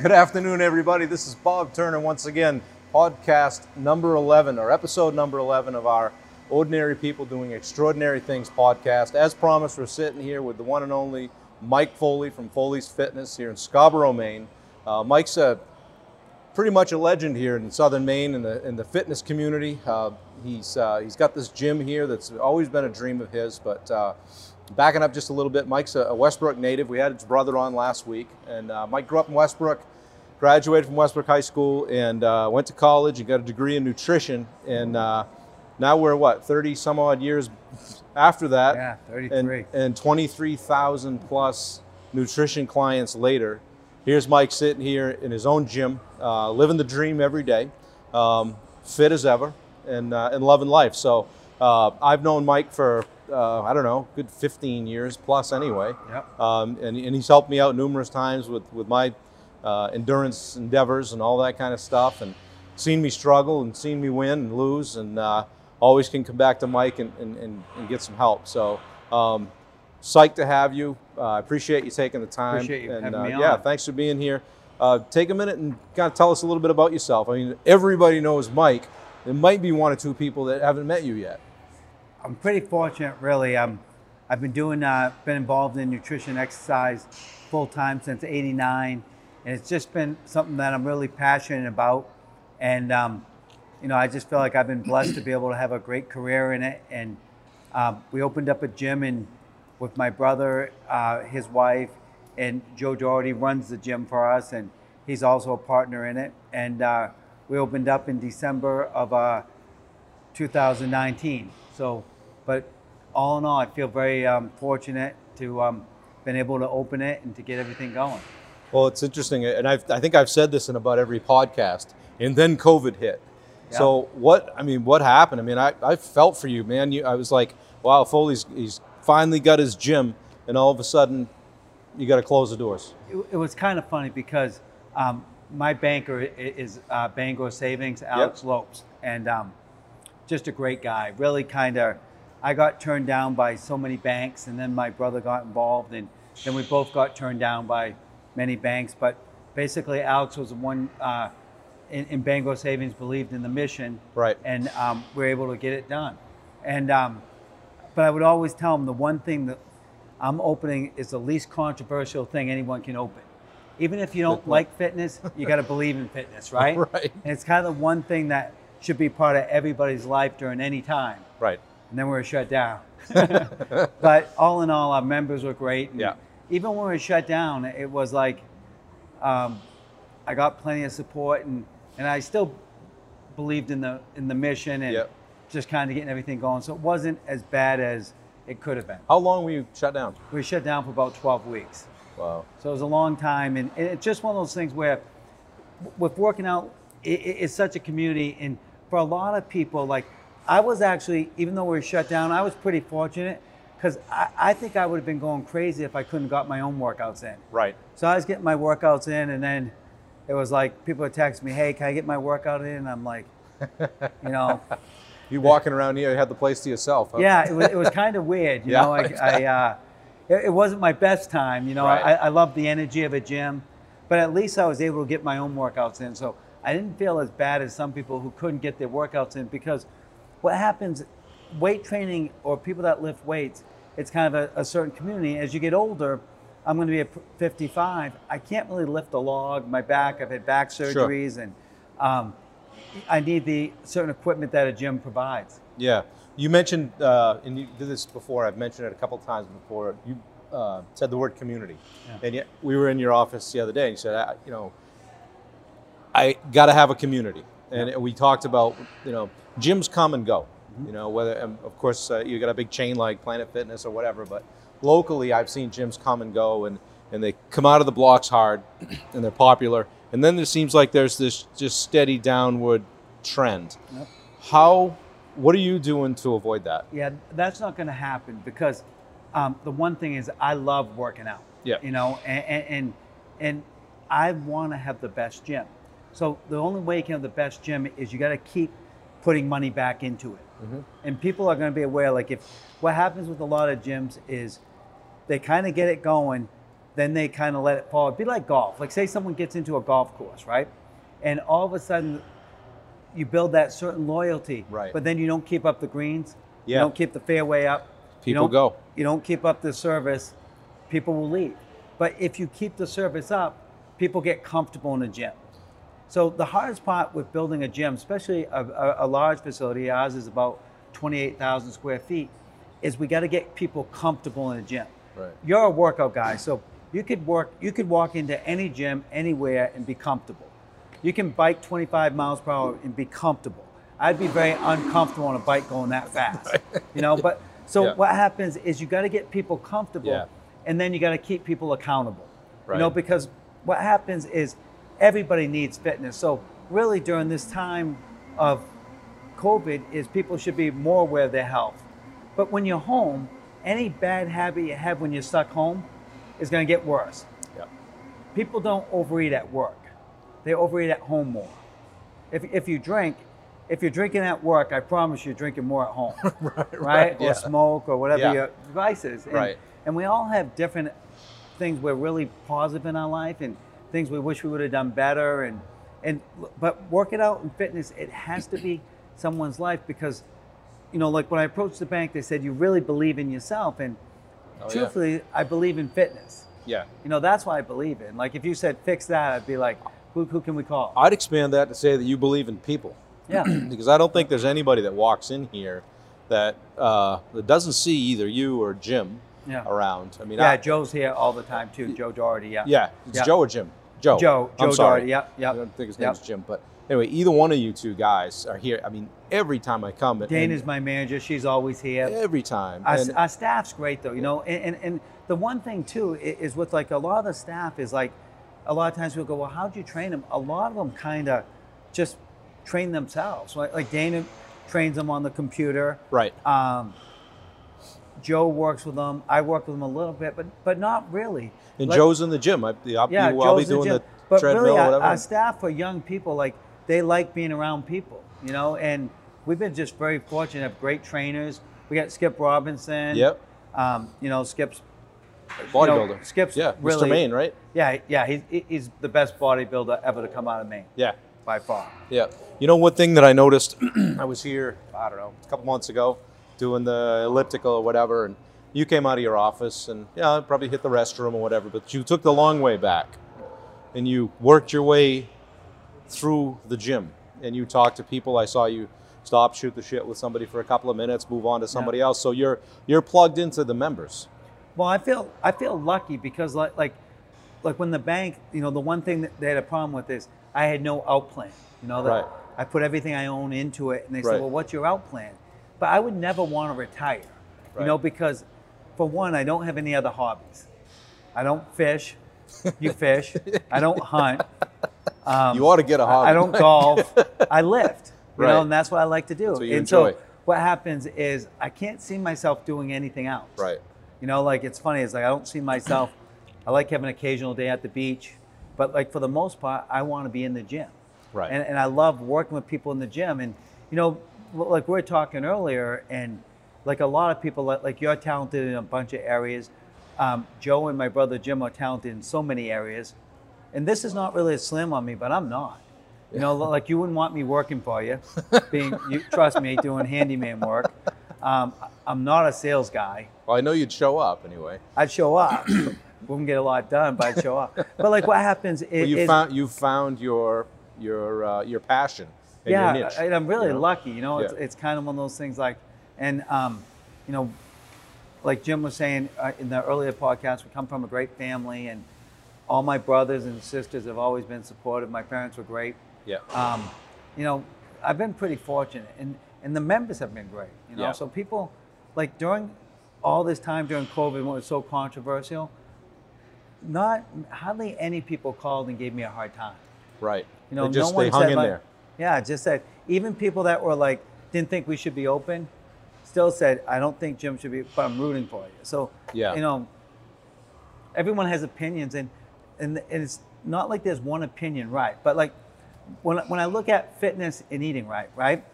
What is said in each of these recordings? Good afternoon, everybody. This is Bob Turner once again, podcast number 11, or episode number 11 of our Ordinary People Doing Extraordinary Things podcast. As promised, we're sitting here with the one and only Mike Foley from Foley's Fitness here in Scarborough, Maine. Uh, Mike's a pretty much a legend here in southern Maine in the in the fitness community. Uh, he's uh, he's got this gym here that's always been a dream of his. But uh, backing up just a little bit, Mike's a, a Westbrook native. We had his brother on last week, and uh, Mike grew up in Westbrook, graduated from Westbrook High School, and uh, went to college and got a degree in nutrition. And uh, now we're what thirty some odd years after that Yeah, 33. and, and 23,000 plus nutrition clients later. Here's Mike sitting here in his own gym, uh, living the dream every day, um, fit as ever, and, uh, and loving life. So uh, I've known Mike for, uh, I don't know, good 15 years plus anyway. Yep. Um, and, and he's helped me out numerous times with, with my uh, endurance endeavors and all that kind of stuff, and seen me struggle and seen me win and lose, and uh, always can come back to Mike and, and, and, and get some help. So, um, psyched to have you. Uh, I appreciate you taking the time. Appreciate you and, having uh, me on. Yeah, thanks for being here. Uh, take a minute and kind of tell us a little bit about yourself. I mean, everybody knows Mike. There might be one or two people that haven't met you yet. I'm pretty fortunate, really. Um, I've been doing, uh, been involved in nutrition, exercise, full time since '89, and it's just been something that I'm really passionate about. And um, you know, I just feel like I've been blessed to be able to have a great career in it. And um, we opened up a gym and with my brother, uh, his wife, and Joe Doherty runs the gym for us, and he's also a partner in it. And uh, we opened up in December of. Uh, 2019. So, but all in all, I feel very um, fortunate to um, been able to open it and to get everything going. Well, it's interesting, and I've, I think I've said this in about every podcast. And then COVID hit. So what? I mean, what happened? I mean, I, I felt for you, man. You, I was like, wow, Foley's he's finally got his gym, and all of a sudden, you got to close the doors. It, it was kind of funny because um, my banker i- is uh, Bangor Savings, Alex Lopes, and um, just a great guy. Really kind of, I got turned down by so many banks, and then my brother got involved, and then we both got turned down by many banks. But basically, Alex was the one uh, in, in Bangor Savings believed in the mission, Right. and um, we are able to get it done. And um, but I would always tell them the one thing that I'm opening is the least controversial thing anyone can open. Even if you don't like fitness, you got to believe in fitness, right? Right. And it's kind of the one thing that should be part of everybody's life during any time. Right. And then we were shut down. but all in all, our members were great. And Yeah. Even when we were shut down, it was like um, I got plenty of support, and, and I still believed in the in the mission and Yep. just kind of getting everything going. So it wasn't as bad as it could have been. How long were you shut down? We were shut down for about 12 weeks. Wow. So it was a long time, and and it's just one of those things where, w- with working out, i i- it's such a community, and for a lot of people, like I was actually, even though we were shut down, I was pretty fortunate because I, I think I would have been going crazy if I couldn't got my own workouts in. Right. So I was getting my workouts in, and then it was like people would text me, "Hey, can I get my workout in?" And I'm like, you know, You walking around here, you had the place to yourself. Huh? yeah, it was, it was kind of weird, you Yeah. know. I, I uh, it, it wasn't my best time, you know. Right. I, I love the energy of a gym, but at least I was able to get my own workouts in, so I didn't feel as bad as some people who couldn't get their workouts in because what happens, weight training or people that lift weights, it's kind of a, a certain community. As you get older, I'm going to be at 55. I can't really lift a log. My back, I've had back surgeries, and um, I need the certain equipment that a gym provides. Yeah. You mentioned, uh, and you did this before. I've mentioned it a couple times before. You uh, said the word community, and yet we were in your office the other day, and you said, I, you know, I got to have a community, and we talked about, you know, gyms come and go. You know, whether and of course uh, you got a big chain like Planet Fitness or whatever, but locally I've seen gyms come and go, and and they come out of the blocks hard, and they're popular, and then it seems like there's this just steady downward trend. Yep. How? What are you doing to avoid that? Yeah, that's not going to happen because um, the one thing is I love working out. Yeah. You know, and and and, and I want to have the best gym. So the only way you can have the best gym is you got to keep putting money back into it. Mm-hmm. And people are going to be aware. Like if what happens with a lot of gyms is they kind of get it going, then they kind of let it fall. It'd be like golf. Like say someone gets into a golf course, right? And all of a sudden you build that certain loyalty. Right. But then you don't keep up the greens. You Yeah. don't keep the fairway up. you People don't- go. You don't keep up the service, people will leave. But if you keep the service up, people get comfortable in the gym. So the hardest part with building a gym, especially a, a, a large facility, ours is about 28,000 square feet, is we got to get people comfortable in the gym. Right. You're a workout guy, so you could work, you could walk into any gym anywhere and be comfortable. You can bike 25 miles per hour and be comfortable. I'd be very uncomfortable on a bike going that fast, you know. But so Yeah. what happens is you got to get people comfortable, Yeah. and then you got to keep people accountable. You Right. know, because what happens is everybody needs fitness. So really, during this time of COVID, is people should be more aware of their health. But when you're home, any bad habit you have when you're stuck home is going to get worse. Yeah. People don't overeat at work; they overeat at home more. If, if you drink, if you're drinking at work, I promise you're drinking more at home, right? right, or yeah. smoke or whatever Yeah. your device is. And, Right. And we all have different things we're really positive in our life and things we wish we would have done better and and but working out and fitness it has to be someone's life because you know like when I approached the bank they said you really believe in yourself and Oh, yeah. truthfully I believe in fitness. Yeah. You know that's what I believe in. Like if you said fix that I'd be like who who can we call? I'd expand that to say that you believe in people. Yeah. because I don't think there's anybody that walks in here that uh, that doesn't see either you or Jim Yeah. around. I mean, Yeah, I, Joe's here all the time too. Joe Doherty, yeah. yeah, it's Yeah. Joe or Jim. Joe. Joe, I'm Joe sorry. Doherty, yeah, yeah. I don't think his Yeah. name's Jim, but anyway, either one of you two guys are here. I mean, every time I come, and- Dana's my manager. She's always here. every time. our, and- our staff's great though you know and, and and the one thing too i- is with like a lot of the staff is like a lot of times we'll go well how'd you train them a lot of them kind of just train themselves like, like dana trains them on the computer right. um, joe works with them i work with them a little bit but but not really And Like- Joe's in the gym. I, I'll, yeah, be, I'll be Joe's in doing gym. the but treadmill really, or our- whatever. Our staff are young people. Like they like being around people, you know. And we've been just very fortunate. to Have great trainers. We got Skip Robinson. Yep. Um, you know, Skip's Bodybuilder. you know, Skip's yeah, Mr. really- Main, right? yeah, yeah. He's he's the best bodybuilder ever to come out of Maine Yeah. by far. Yeah. You know, one thing that I noticed, I was here, I don't know, a couple months ago doing the elliptical or whatever, and you came out of your office and, yeah, I probably hit the restroom or whatever, but you took the long way back and you worked your way through the gym and you talked to people. I saw you stop, shoot the shit with somebody for a couple of minutes, move on to somebody else. So you're you're plugged into the members. Well, I feel I feel lucky because like like like when the bank, you know, the one thing that they had a problem with is I had no out plan. You know, that Right. I put everything I own into it, and they Right. said, "Well, what's your out plan?" But I would never want to retire, Right. you know, because for one, I don't have any other hobbies. I don't fish. You fish. I don't hunt. you ought to get a hobby. Um, I don't golf. I lift. You Right. know, and that's what I like to do. That's what you and so enjoy. what happens is I can't see myself doing anything else. Right. You know, like it's funny, it's like I don't see myself I like having an occasional day at the beach, but like for the most part, I want to be in the gym. Right. And and I love working with people in the gym. And you know, l- like we were talking earlier, and like a lot of people, like, like you're talented in a bunch of areas. Um, Joe and my brother Jim are talented in so many areas, and this is not really a slam on me, but I'm not. You know, like you wouldn't want me working for you, being you trust me doing handyman work. Um, I- I'm not a sales guy. Well, I know you'd show up anyway. I'd show up. Wouldn't get a lot done, but I'd show up. But like what happens is, But you is- found you found your your uh, your passion and yeah, your niche. and I'm really you know? lucky. You know, it's, Yeah. it's kind of one of those things like, and um, you know, like Jim was saying uh, in the earlier podcast, we come from a great family, and all my brothers and sisters have always been supportive. My parents were great. Yeah. Um, you know, I've been pretty fortunate, and and the members have been great. You know, Yeah. so people like during all this time during COVID, when it was so controversial, not hardly any people called and gave me a hard time. Right. You know, they just no one they hung said in like, there. Yeah, just that. Even people that were like didn't think we should be open, still said, "I don't think Jim should be," but I'm rooting for you. So Yeah. you know, everyone has opinions, and and and it's not like there's one opinion right. But like when I- when I look at fitness and eating right, right,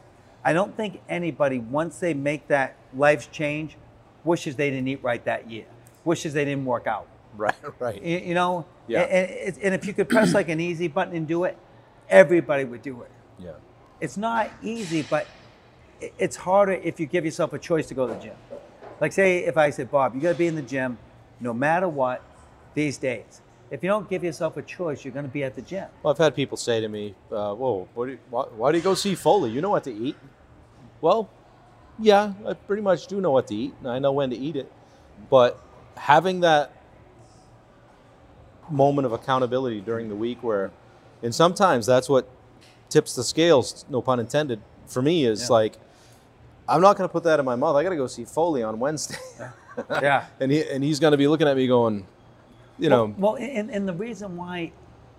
I don't think anybody once they make that life's change wishes they didn't eat right that year, wishes they didn't work out. Right, right. You, you know, Yeah. and, and, and if you could press like an easy button and do it, everybody would do it. Yeah. It's not easy, but i- it's harder if you give yourself a choice to go to the gym. Like say if I said, Bob, you got to be in the gym, no matter what, these days. If you don't give yourself a choice, you're going to be at the gym. Well, I've had people say to me, uh, "Whoa, what do you, why, why do you go see Foley? You know what to eat." Well, yeah, I pretty much do know what to eat, and I know when to eat it. But having that moment of accountability during the week, where, and sometimes that's what tips the scales. No pun intended. For me, is Yeah. like, I'm not going to put that in my mouth. I got to go see Foley on Wednesday, Yeah. and he and he's going to be looking at me going, you know, Well, and, and the reason why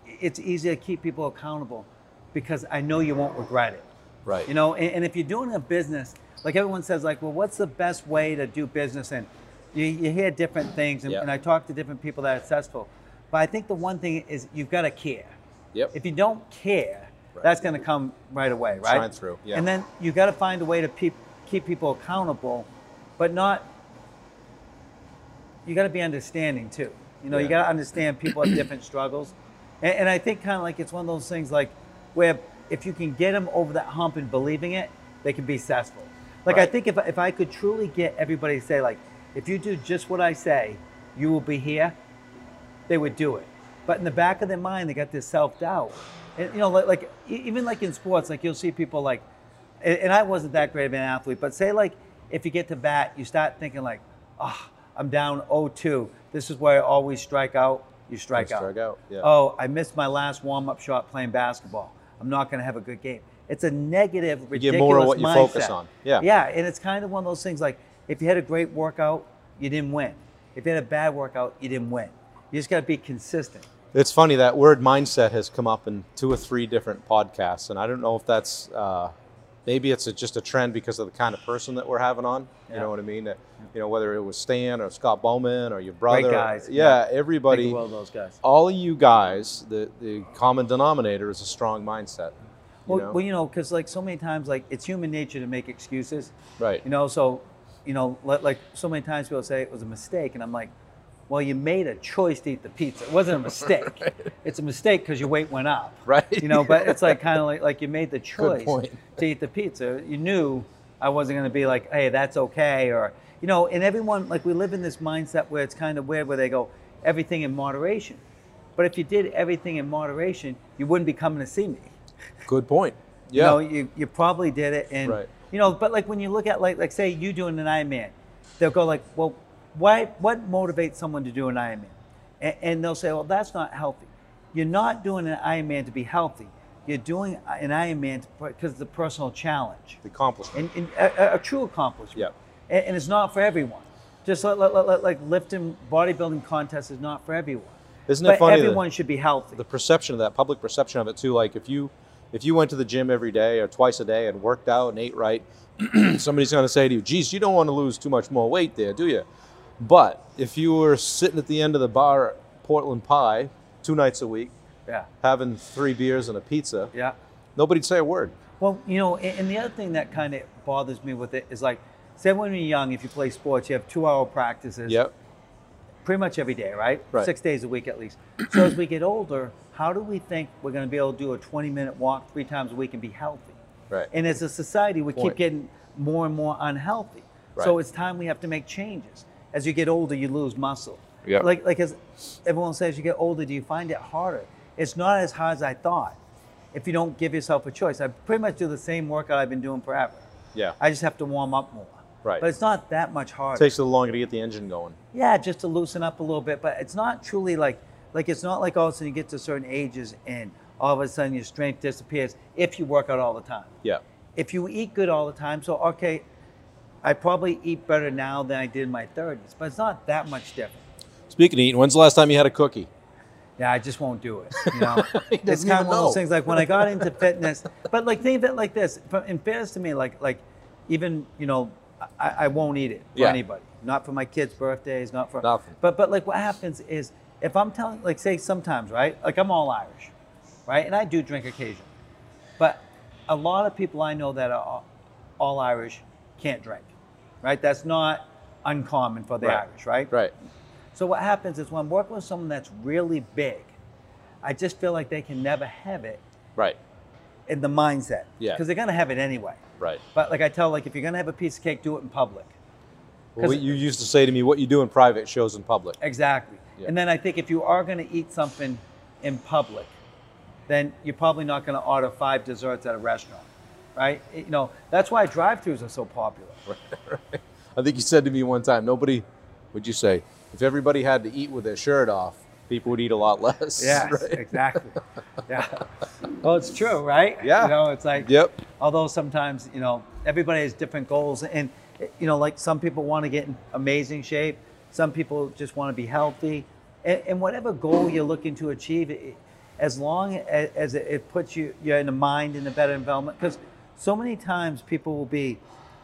it's easy to keep people accountable because I know you won't regret it. right, You know, and, and if you're doing a business, like everyone says, like, well, what's the best way to do business? And you, you hear different things, and, Yeah. and I talk to different people that are successful. But I think the one thing is you've got to care. yep, If you don't care, Right. that's going to come right away, right? Shine through, yeah. And then you got to find a way to peop keep people accountable, but not. You got to be understanding too. You know, you Yeah. got to understand people have different struggles, and, and I think kind of like it's one of those things like where if you can get them over that hump and believing it, they can be successful. Like I Right. think if I- if I could truly get everybody to say like, if you do just what I say, you will be here they would do it. But in the back of their mind, they got this self doubt. And you know, like, like e- even like in sports, like you'll see people like, and, and I wasn't that great of an athlete, but say like if you get to bat, you start thinking like, oh, I'm down 0-2. This is where I always strike out. You strike, Strike out, yeah. Oh, I missed my last warm up shot playing basketball. I'm not going to have a good game. It's a negative, ridiculous get more of what you focus mindset. on. Yeah. Yeah, and it's kind of one of those things like if you had a great workout, you didn't win. If you had a bad workout, you didn't win. You just got to be consistent. It's funny that word mindset has come up in two or three different podcasts, and I don't know if that's uh, maybe it's a, just a trend because of the kind of person that we're having on. You Yeah. know what I mean? That, you know whether it was Stan or Scott Bowman or your brother. guys, Yeah, Think everybody. the world of those guys. All of you guys, the, the common denominator is a strong mindset. You well, know? well, you know, because like so many times, like it's human nature to make excuses. right. You know, so you know, like, like so many times people say it was a mistake, and I'm like, well, you made a choice to eat the pizza. It wasn't a mistake. It's a mistake because your weight went up. Right. You know, but it's like kind of like like you made the choice point. to eat the pizza. You knew I wasn't going to be like, hey, that's okay, or you know, and everyone like we live in this mindset where it's kind of weird where they go everything in moderation. But if you did everything in moderation, you wouldn't be coming to see me. Good point. You Yeah. know, you, you probably did it, and Right. you know, but like when you look at like like say you doing an Ironman, they'll go like, well, why? What motivates someone to do an Ironman? And, and they'll say, well, that's not healthy. You're not doing an Ironman to be healthy. You're doing an Ironman because it's a personal challenge the accomplishment. and, and a, a- a true accomplishment. Yep. And, and it's not for everyone. Just like, like, like, like lifting bodybuilding contests is not for everyone. Isn't it but funny that- everyone should be healthy. the perception of that public perception of it too like if you if you went to the gym every day or twice a day and worked out and ate right somebody's going to say to you geez you don't want to lose too much more weight there do you but if you were sitting at the end of the bar at portland pie two nights a week yeah. having three beers and a pizza Yeah. nobody'd say a word Well, you know, and, and the other thing that kind of bothers me with it is like, say when you're young, if you play sports, you have two hour practices yep pretty much every day, right? Right. Six days a week at least. So as we get older, how do we think we're going to be able to do a 20 minute walk three times a week and be healthy? Right. And as a society, we Point. keep getting more and more unhealthy. So Right. it's time we have to make changes. As you get older, you lose muscle. Yeah. Like like as everyone says, you get older, do you find it harder? It's not as hard as I thought. If you don't give yourself a choice, I pretty much do the same workout I've been doing forever. yeah I just have to warm up more. Right. But it's not that much harder takes a little longer to get the engine going yeah, just to loosen up a little bit. But it's not truly like like it's not like all of a sudden you get to certain ages and all of a sudden your strength disappears if you work out all the time. yeah If you eat good all the time, so okay, I probably eat better now than I did in my 30s, but it's not that much different. speaking of eating when's the last time you had a cookie Yeah, I just won't do it. You know, it's doesn't even kind of one of know. those things. Like when I got into fitness, but like think of it like this. For- In fairness to me, like like even you know, I, I won't eat it for Yeah. anybody. Not for my kids' birthdays. Not for Nothing. But but like what happens is if I'm telling like say sometimes right like I'm all Irish, right, and I do drink occasionally, but a lot of people I know that are all- all Irish can't drink, right? That's not uncommon for the Right. Irish, right? right So what happens is when I'm working with someone that's really big, I just feel like they can never have it Right. in the mindset. Yeah. Because they're gonna have it anyway. Right. But like I tell, like if you're gonna have a piece of cake, do it in public. Well, 'Cause- you used to say to me, "What you do in private shows in public." Exactly. Yeah. And then I think if you are gonna eat something in public, then you're probably not gonna order five desserts at a restaurant, right? Eh, You know, that's why drive-throughs are so popular. I think you said to me one time, "Nobody," would you say, "If everybody had to eat with their shirt off, people would eat a lot less." Yes, Right? exactly. Yeah. Well, it's true, right? Yeah. You know, it's like, Yep. although sometimes, you know, everybody has different goals. And, you know, like some people want to get in amazing shape, some people just want to be healthy. And, and whatever goal you're looking to achieve, it- as long as, as it, it puts you you're in the mind in a better environment, because so many times people will be,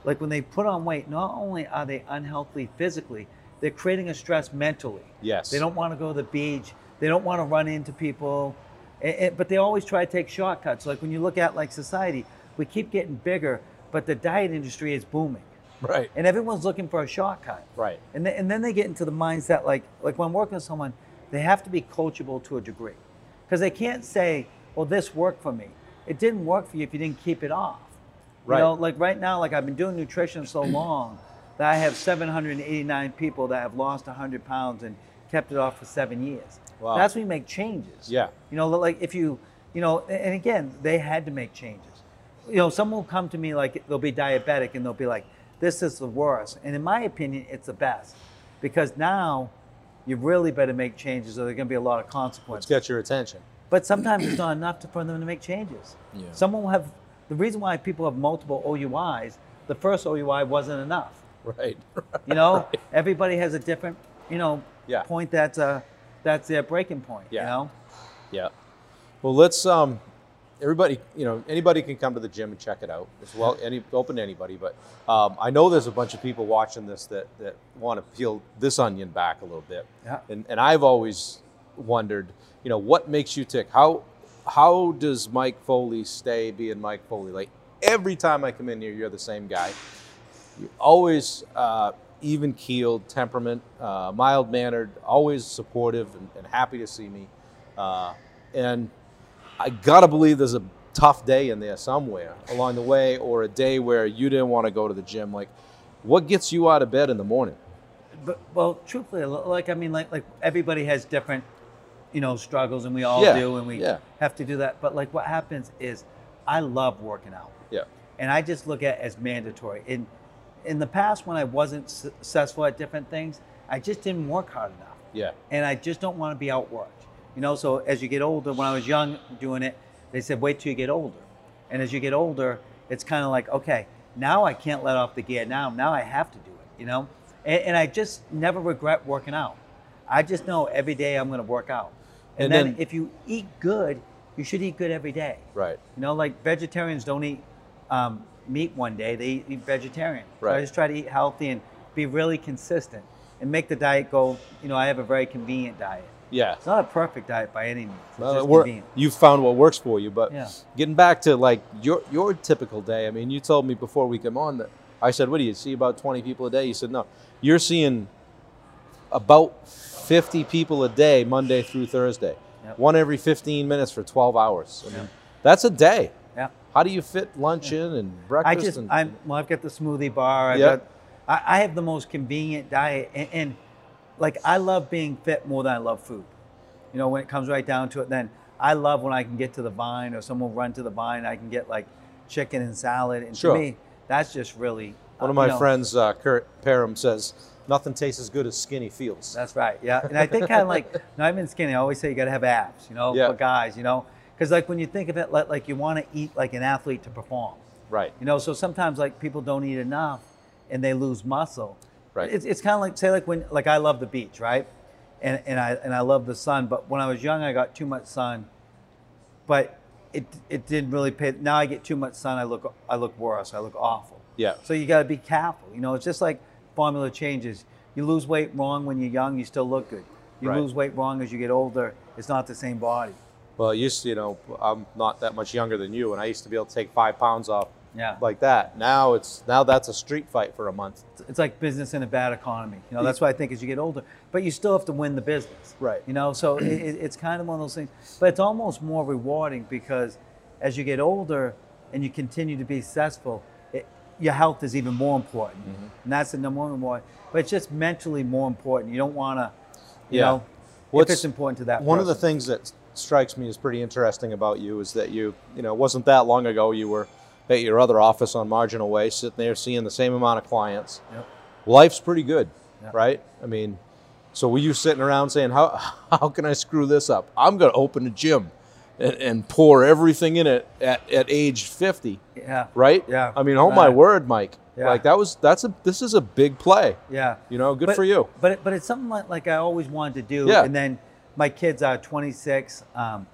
like when they put on weight, not only are they unhealthy physically, they're creating a stress mentally. Yes. They don't want to go to the beach. They don't want to run into people. Eh, eh, but they always try to take shortcuts. Like when you look at like society, we keep getting bigger, but the diet industry is booming, Right. and everyone's looking for a shortcut. Right. And then, and then they get into the mindset like like when I'm working with someone, they have to be coachable to a degree, because they can't say, "Well, this worked for me." It didn't work for you if you didn't keep it off. Right. You know, like right now, like I've been doing nutrition so long that I have 789 people that have lost 100 pounds and kept it off for seven years. Wow. That's when you make changes. Yeah. You know, like if you, you know, and again, they had to make changes. You know, some will come to me like they'll be diabetic and they'll be like, this is the worst. And in my opinion, it's the best because now you really better make changes or there's going to be a lot of It's consequences. got your attention. But sometimes it's not enough to, for them to make changes. Yeah. Someone will have, the reason why people have multiple OUIs, the first OUI wasn't enough. Right. You know, everybody has a different, you know, Yeah. point that's, uh, that's their breaking point, Yeah. you know? Yeah. Well, let's. Um, everybody, you know, anybody can come to the gym and check it out. It's well, any open to anybody. But um, I know there's a bunch of people watching this that that want to peel this onion back a little bit. Yeah. And and I've always wondered, you know, what makes you tick? How how does Mike Foley stay being Mike Foley? Like every time I come in here, you're the same guy. You're always uh, even keeled, temperament, uh, mild mannered, always supportive and, and happy to see me. Uh, and I gotta believe there's a tough day in there somewhere along the way, or a day where you didn't want to go to the gym. Like, what gets you out of bed in the morning? but well, truthfully, l- like I mean, like like everybody has different, you know, struggles, and we all Yeah, do, and we yeah. have to do that. But like, what happens is, I love working out, Yeah, and I just look at it as mandatory. In in the past, when I wasn't su- successful at different things, I just didn't work hard enough yeah, and I just don't want to be outworked. You know, so as you get older, when I was young doing it, they said, wait till you get older. And as you get older, it's kind of like, okay, now I can't let off the gear now. Now I have to do it, you know? And, and I just never regret working out. I just know every day I'm going to work out. And, And then, then- if you eat good, you should eat good every day. right, You know, like vegetarians don't eat um, meat one day; they eat vegetarian. So Right. I just try to eat healthy and be really consistent and make the diet go. You know, I have a very convenient diet. yeah. It's not a perfect diet by any means. It's Well, just it wor- convenient. you found what works for you, but Yeah. getting back to like your your typical day. I mean, you told me before we come on that I said, "What do you see about twenty people a day?" You said, "No, you're seeing about fifty people a day, Monday through Thursday, Yep. one every fifteen minutes for twelve hours. I mean, Yeah. that's a day." Yeah. How do you fit lunch in and I breakfast? just, and, I'm, well, I've got the smoothie bar. I've Yep. got, I, I have the most convenient diet, and, and like I love being fit more than I love food. You know, when it comes right down to it, then I love when I can get to the vine or someone will run to the vine. I can get like chicken and salad, and Sure. to me, that's just really One uh, of my you know, friends, uh, Kurt Parham, says nothing tastes as good as skinny feels. That's right. Yeah, and I think kind of like not even skinny. I always say you got to have abs. You know, Yeah. for guys. You know, because like when you think of it, like, like you want to eat like an athlete to perform. right. You know, so sometimes like people don't eat enough and they lose muscle. Right. It's, it's kind of like say like when like I love the beach, right? And and I and I love the sun, but when I was young I got too much sun. But it it didn't really pay. Now I get too much sun, I look I look worse. I look awful. Yeah. So you got to be careful. You know, it's just like formula changes. You lose weight wrong when you're young, you still look good. You Right. lose weight wrong as you get older, it's not the same body. Well, I used to, you know, I'm not that much younger than you, and I used to be able to take five pounds off Yeah. like that. Now it's now that's a street fight for a month. it's like business in a bad economy. You know, that's why I think as you get older, but you still have to win the business. Right. You know, so it, it- it's kind of one of those things, but it's almost more rewarding because as you get older and you continue to be successful, it, your health is even more important. Mm-hmm. And that's the number one reward, but it's just mentally more important. You don't want to, you Yeah. know, What's- if it's important to that One of the person. things that strikes me as pretty interesting about you is that you, you know, it wasn't that long ago you were at your other office on Marginal Way, sitting there seeing the same amount of clients. Yep. Life's pretty good, Yeah. right? I mean, so were you sitting around saying, "How how can I screw this up? I'm going to open a gym and, and pour everything in it at, at age 50." Yeah. Right? Yeah. I mean, oh my Right. word, Mike. Yeah. Like that was that's a this is a big play. Yeah. You know, good but, for you. But it- but it's something like, like I always wanted to do. Yeah. And then my kids are 26, um,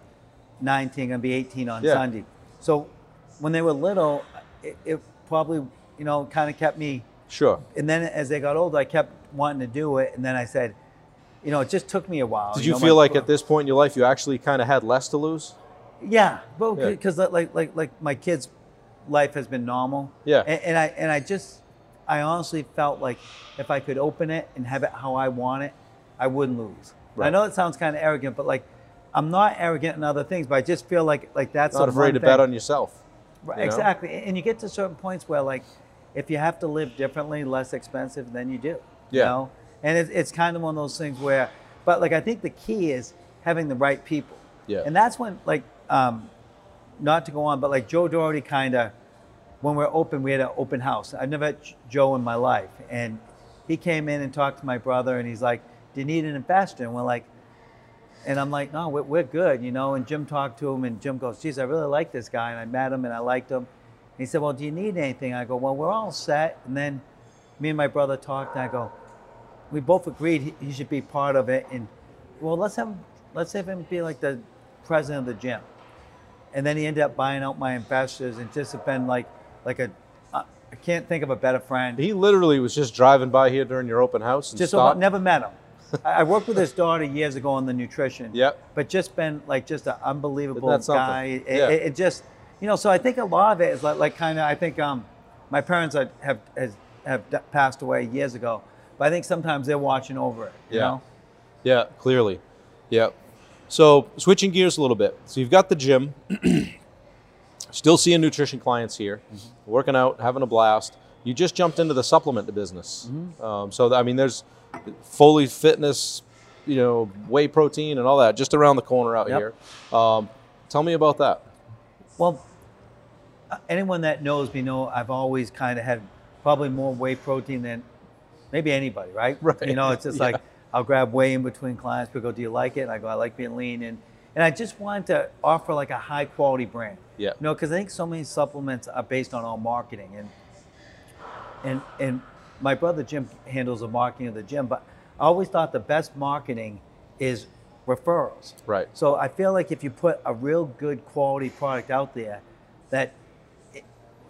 19, gonna be 18 on Yeah. Sunday. So when they were little, it, it probably you know kind of kept me. Sure. And then as they got older, I kept wanting to do it. And then I said, you know, it just took me a while. Did you Oh, know, feel my- like at this point in your life you actually kind of had less to lose? Yeah, well, Yeah. because like like like my kids' life has been normal. Yeah. and, and I and I just I honestly felt like if I could open it and have it how I want it, I wouldn't lose. I Right. know it sounds kind of arrogant, but like I'm not arrogant in other things, but I just feel like like that's not the afraid one to bet thing- on yourself. Right, you know? exactly, and you get to certain points where like if you have to live differently, less expensive, then you do. You Yeah. know? And it's it's kind of one of those things where, but like I think the key is having the right people. Yeah. And that's when like um, not to go on, but like Joe Doherty kind of, when we are open, we had an open house. I've never had J- Joe in my life. And he came in and talked to my brother, and he's like, Do you need an investor? And we're like, and I'm like, No, we're, we're good, you know. And Jim talked to him, and Jim goes, Geez, I really like this guy. And I met him, and I liked him. And he said, Well, do you need anything? I go, Well, we're all set. And then me and my brother talked, and I go, we both agreed he, he should be part of it. And well, let's have let's have him be like the president of the gym. And then he ended up buying out my investors and just have been like like a I I can't think of a better friend. He literally was just driving by here during your open house and just stopped. about, never met him. I I worked with his daughter years ago on the nutrition. Yep. But just been like just an unbelievable Isn't that something? guy. It, Yeah. it, it just you know so I think a lot of it is like, like kind of I think um my parents are, have has, have d- passed away years ago, but I think sometimes they're watching over it. You Yeah. know? yeah, clearly. Yeah. So switching gears a little bit. So you've got the gym. Still seeing nutrition clients here, Mm-hmm. working out, having a blast. You just jumped into the supplement business. Mm-hmm. Um, so I mean, there's Foley Fitness, you know, whey protein and all that just around the corner out Yep. here. Um, tell me about that. Well, uh, anyone that knows me know I've always kind of had probably more whey protein than maybe anybody, right? Right. You know, it's just Yeah. like I'll grab whey in between clients. People go, "Do you like it?" And I go, "I like being lean." And and I just wanted to offer like a high quality brand. Yeah. You know, because I think so many supplements are based on all marketing and and and my brother Jim handles the marketing of the gym, but I always thought the best marketing is referrals. Right. So I feel like if you put a real good quality product out there that it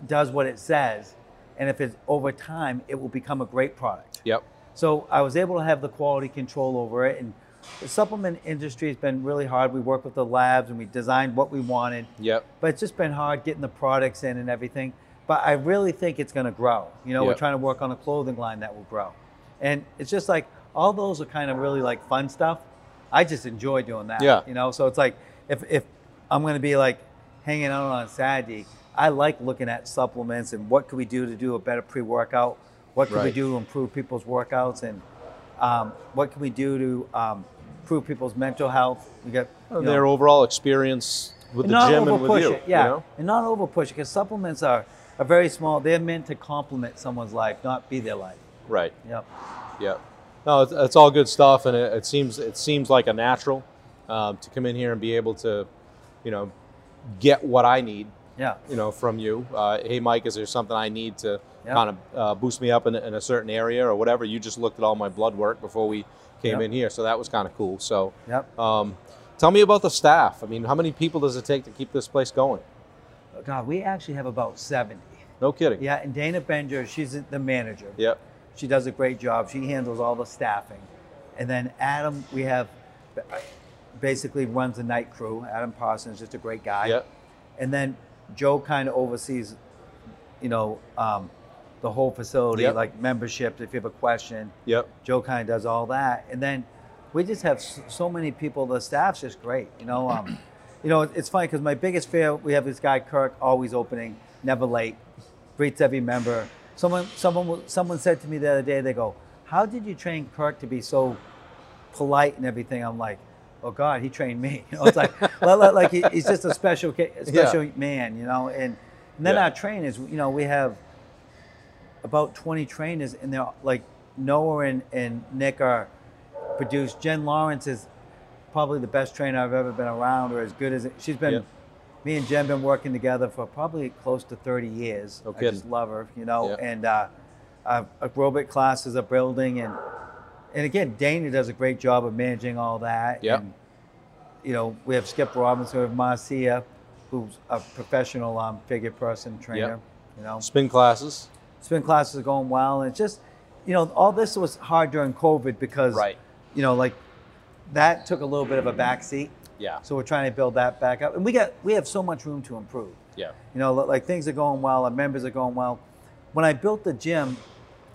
does what it says, and if it's over time, it will become a great product. Yep. So I was able to have the quality control over it. And the supplement industry has been really hard. We worked with the labs and we designed what we wanted, Yep. but it's just been hard getting the products in and everything. But I really think it's going to grow. You know, Yeah. we're trying to work on a clothing line that will grow. And it's just like all those are kind of really like fun stuff. I just enjoy doing that. Yeah. You know, so it's like if, if I'm going to be like hanging out on Saturday, I like looking at supplements and what could we do to do a better pre workout? What could we Right. do to improve people's workouts? And um, what can we do to um, improve people's mental health? We got you know, Their overall experience with and the not gym and overpush with you. It, yeah, You know? and not over push it because supplements are, are very small. They're meant to complement someone's life, not be their life. Right. Yep. Yeah. No, it's, it's all good stuff, and it, it seems it seems like a natural um, to come in here and be able to, you know, get what I need, Yeah. you know, from you. Uh, hey, Mike, is there something I need to Yeah. kind of uh, boost me up in, in a certain area or whatever? You just looked at all my blood work before we came Yeah. in here, so that was kind of cool. So, Yep. um, tell me about the staff. I mean, how many people does it take to keep this place going? God, we actually have about seventy. No kidding. Yeah, and Dana Benger, she's the manager. Yep. She does a great job. She handles all the staffing. And then Adam, we have basically runs the night crew. Adam Parsons, just a great guy. Yep. And then Joe kind of oversees you know, um, the whole facility, Yep. like memberships, if you have a question. Yep. Joe kind of does all that, and then we just have s- so many people. The staff's just great, you know. Um, you know, it's funny because my biggest fear we have this guy Kirk, always opening, never late, greets every member. Someone, someone, w- someone said to me the other day, they go, "How did you train Kirk to be so polite and everything?" I'm like, "Oh God, he trained me." You know, it's like, li- li- like he, he's just a special, ca- a special man, you know. And, and then Yeah. our trainers, you know, we have about 20 trainers and they're like Noah and, and Nick are produced. Jen Lawrence is probably the best trainer I've ever been around or as good as she's been. Yep. Me and Jen been working together for probably close to 30 years. No I just kidding. love her, you know, Yep. and uh, uh, aerobic classes are building and and again, Dana does a great job of managing all that. Yep. And, you know, we have Skip Robinson, we have Marcia, who's a professional um, figure person trainer. You know, Spin classes. spin classes are going well and it's just you know all this was hard during covid because Right. you know like that took a little bit of a backseat Yeah. so we're trying to build that back up and we got we have so much room to improve Yeah. you know li- like things are going well our members are going well when i built the gym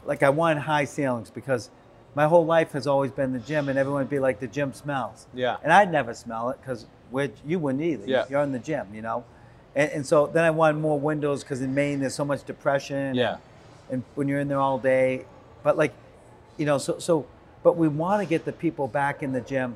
like i wanted high ceilings because my whole life has always been the gym and everyone would be like the gym smells Yeah. and i'd never smell it because you wouldn't either Yeah. you're in the gym you know and, and so then i wanted more windows because in maine there's so much depression Yeah. and when you're in there all day but like you know so so but we want to get the people back in the gym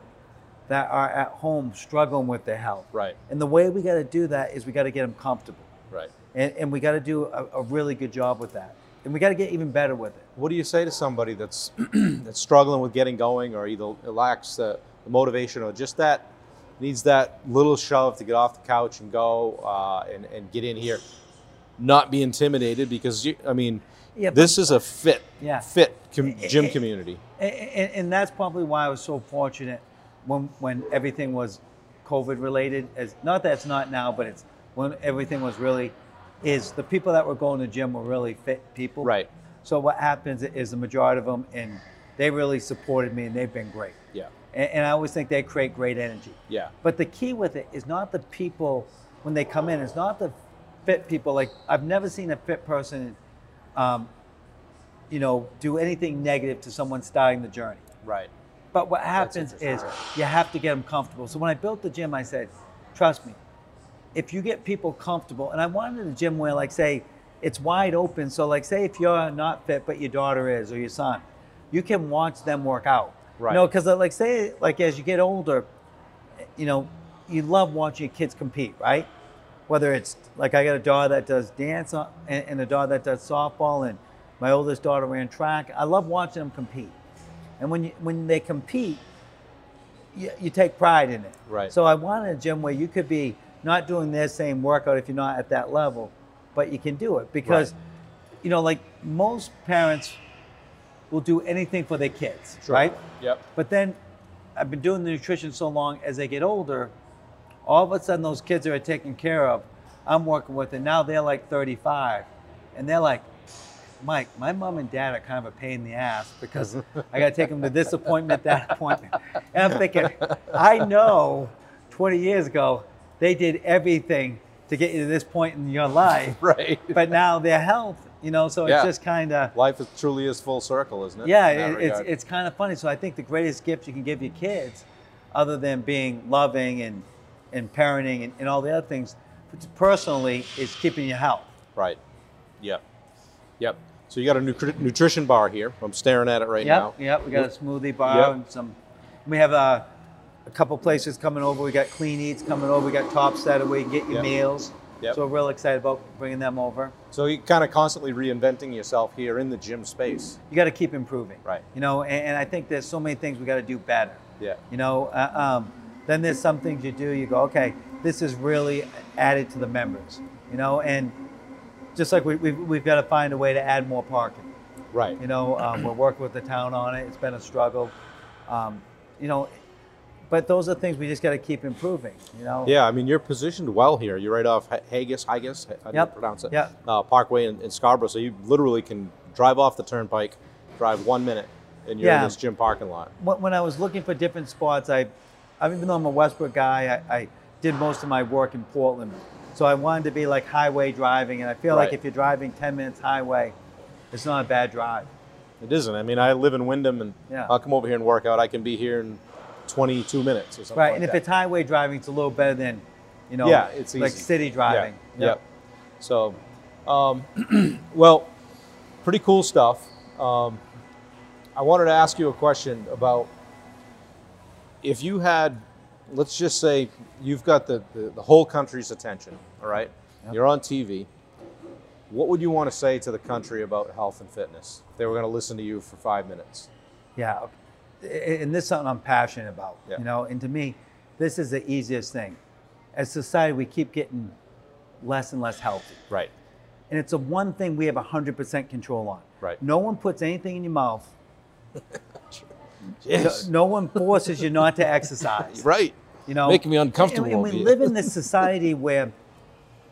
that are at home struggling with their health Right. and the way we got to do that is we got to get them comfortable Right. and, and we got to do a, a really good job with that and we got to get even better with it What do you say to somebody that's that's struggling with getting going, or either lacks the, the motivation, or just that needs that little shove to get off the couch and go uh, and and get in here? Not be intimidated because you, I mean, Yeah, but- this is a fit, Yeah. fit com- gym eh, eh. community. and, and, and that's probably why I was so fortunate when when everything was COVID related. As not that it's not now, but it's when everything was really is the people that were going to gym were really fit people. Right. So what happens is the majority of them, and they really supported me, and they've been great. Yeah, And, and I always think they create great energy. yeah, But the key with it is not the people when they come in. It's not the fit people. Like I've never seen a fit person, um, you know, do anything negative to someone starting the journey. right. But what happens is you have to get them comfortable. So when I built the gym, I said, trust me, if you get people comfortable, and I wanted a gym where, like, say, it's wide open. So, like, say if you're not fit, but your daughter is or your son, you can watch them work out. Right. You know, because, like, say, like, as you get older, you know, you love watching your kids compete, right? Whether it's like I got a daughter that does dance uh, and, and a daughter that does softball, and my oldest daughter ran track. I love watching them compete. And when you, when they compete, you, you take pride in it. Right. So I wanted a gym where you could be not doing their same workout if you're not at that level, but you can do it because, you know, like most parents will do anything for their kids, right? Yep. But then I've been doing the nutrition so long, as they get older, all of a sudden those kids that are taken care of. I'm working with, and now they're like 35. And they're like, Mike, my mom and dad are kind of a pain in the ass because I got to take them to this appointment, that appointment. And I'm thinking, I know 20 years ago, they did everything to get you to this point in your life. Right. But now their health, you know, so Yeah. it's just kind of. Life is, truly is full circle, isn't it? Yeah, in that it, it's regard? it's kind of funny. So I think the greatest gift you can give your kids, other than being loving and and parenting and, and all the other things, personally, is keeping your health. right. Yep. Yep. So you got a nutri- nutrition bar here. I'm staring at it right now. Yep, yep. We got a smoothie bar Yep. and some. We have a, a couple places coming over. We got Clean Eats coming over. We got Top Setter where you can get your Yep. meals. Yep. So we're real excited about bringing them over. So you're kind of constantly reinventing yourself here in the gym space. You got to keep improving. Right. You know, and, and I think there's so many things we got to do better. Yeah. You know, uh, um, then there's some things you do. You go, okay, this is really added to the members. You know, and just like we, we've we've got to find a way to add more parking. Right. You know, um, we're working with the town on it. It's been a struggle. Um, you know, but those are things we just got to keep improving. You know. Yeah, I mean you're positioned well here. You're right off Ha- Haggis, Haggis, how do you Yep. pronounce it? Yeah. Uh, Parkway in, in Scarborough, so you literally can drive off the turnpike, drive one minute, and you're in Yeah. this gym parking lot. When, when I was looking for different spots, I, I even though I'm a Westbrook guy, I, I did most of my work in Portland. So I wanted to be like highway driving, and I feel like Right. if you're driving 10 minutes highway, it's not a bad drive. It isn't. I mean, I live in Wyndham, and Yeah. I'll come over here and work out. I can be here in 22 minutes or something. Right, like and if that. it's highway driving, it's a little better than, you know, Yeah, it's like easy. city driving. Yeah. Yep. So, um, well, pretty cool stuff. Um, I wanted to ask you a question about if you had, let's just say, you've got the, the, the whole country's attention, all right? Yep. You're on TV. What would you want to say to the country about health and fitness? If they were going to listen to you for five minutes. Yeah. A- And this is something I'm passionate about, Yeah. you know, and to me, this is the easiest thing. As society, we keep getting less and less healthy. Right. And it's the one thing we have 100% control on. Right. No one puts anything in your mouth. Yes. No one forces you not to exercise. Right. You know, Making me uncomfortable And, and over we here. live in this society where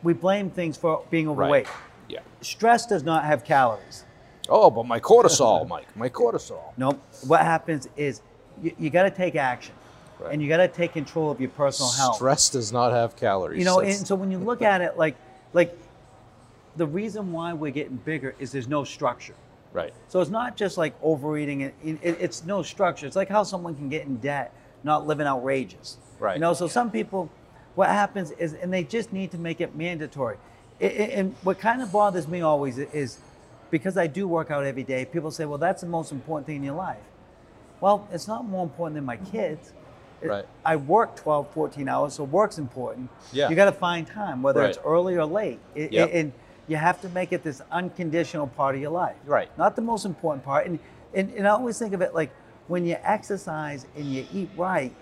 we blame things for being overweight. Yeah. Stress does not have calories. Oh, but my cortisol, Mike. My cortisol. No, what happens is you, you got to take action, Right. and you got to take control of your personal health. Stress does not have calories. you know, That's- and so when you look at it, like, like the reason why we're getting bigger is there's no structure. right. So it's not just like overeating. It, it, it's no structure. It's like how someone can get in debt, not living outrageous. Right. You know. So some people, what happens is, and they just need to make it mandatory. I- I- and what kind of bothers me always i- is, because I do work out every day. People say, "Well, that's the most important thing in your life." Well, it's not more important than my kids. It- Right. I work 12, 14 hours, so work's important. Yeah. You got to find time, whether it's Right. early or late. I- Yep. I- and you have to make it this unconditional part of your life. Right. Not the most important part. And, and, and I always think of it like when you exercise and you eat right,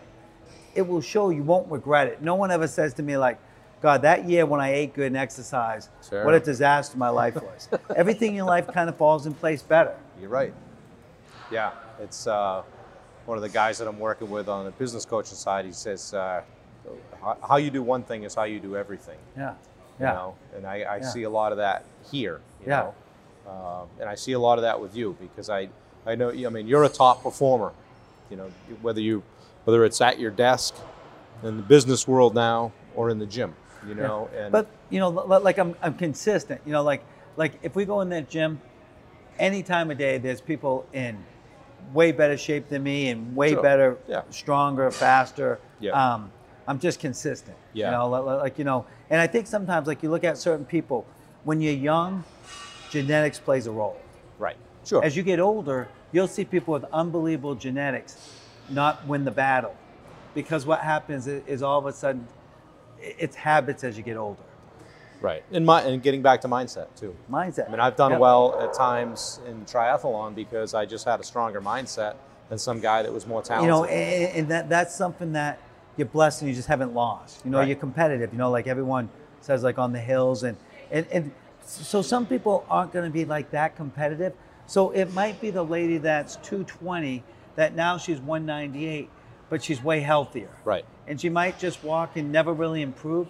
it will show you won't regret it. No one ever says to me, like, God, that year when I ate good and exercised, Sure. what a disaster my life was. Everything in life kind of falls in place better. You're right. Yeah, it's uh, one of the guys that I'm working with on the business coaching side. He says, uh, "How- "How you do one thing is how you do everything." Yeah. You Yeah. know, and I, I Yeah. see a lot of that here. You Yeah. know, Um, and I see a lot of that with you because I, I know. I mean, you're a top performer. You know, whether you, whether it's at your desk, in the business world now, or in the gym. You know, and But you know, li- like I'm, I'm consistent. You know, like like if we go in that gym, any time of day, there's people in way better shape than me and way Sure. better, Yeah. stronger, faster. Yeah. Um, I'm just consistent. Yeah. You know, li- li- like you know, and I think sometimes like you look at certain people when you're young, genetics plays a role. right, sure, As you get older, you'll see people with unbelievable genetics not win the battle because what happens i- is all of a sudden i- it's habits as you get older. right. And my and getting back to mindset too. Mindset. I mean, I've done Yep. well at times in triathlon because I just had a stronger mindset than some guy that was more you talented. know, and, and that that's something that you're blessed and you just haven't lost. You know, Right. you're competitive. You know, like everyone says, like on the hills, and and and so some people aren't going to be like that competitive. So it might be the lady that's 220 that now she's 198, but she's way healthier, right, and she might just walk and never really improve,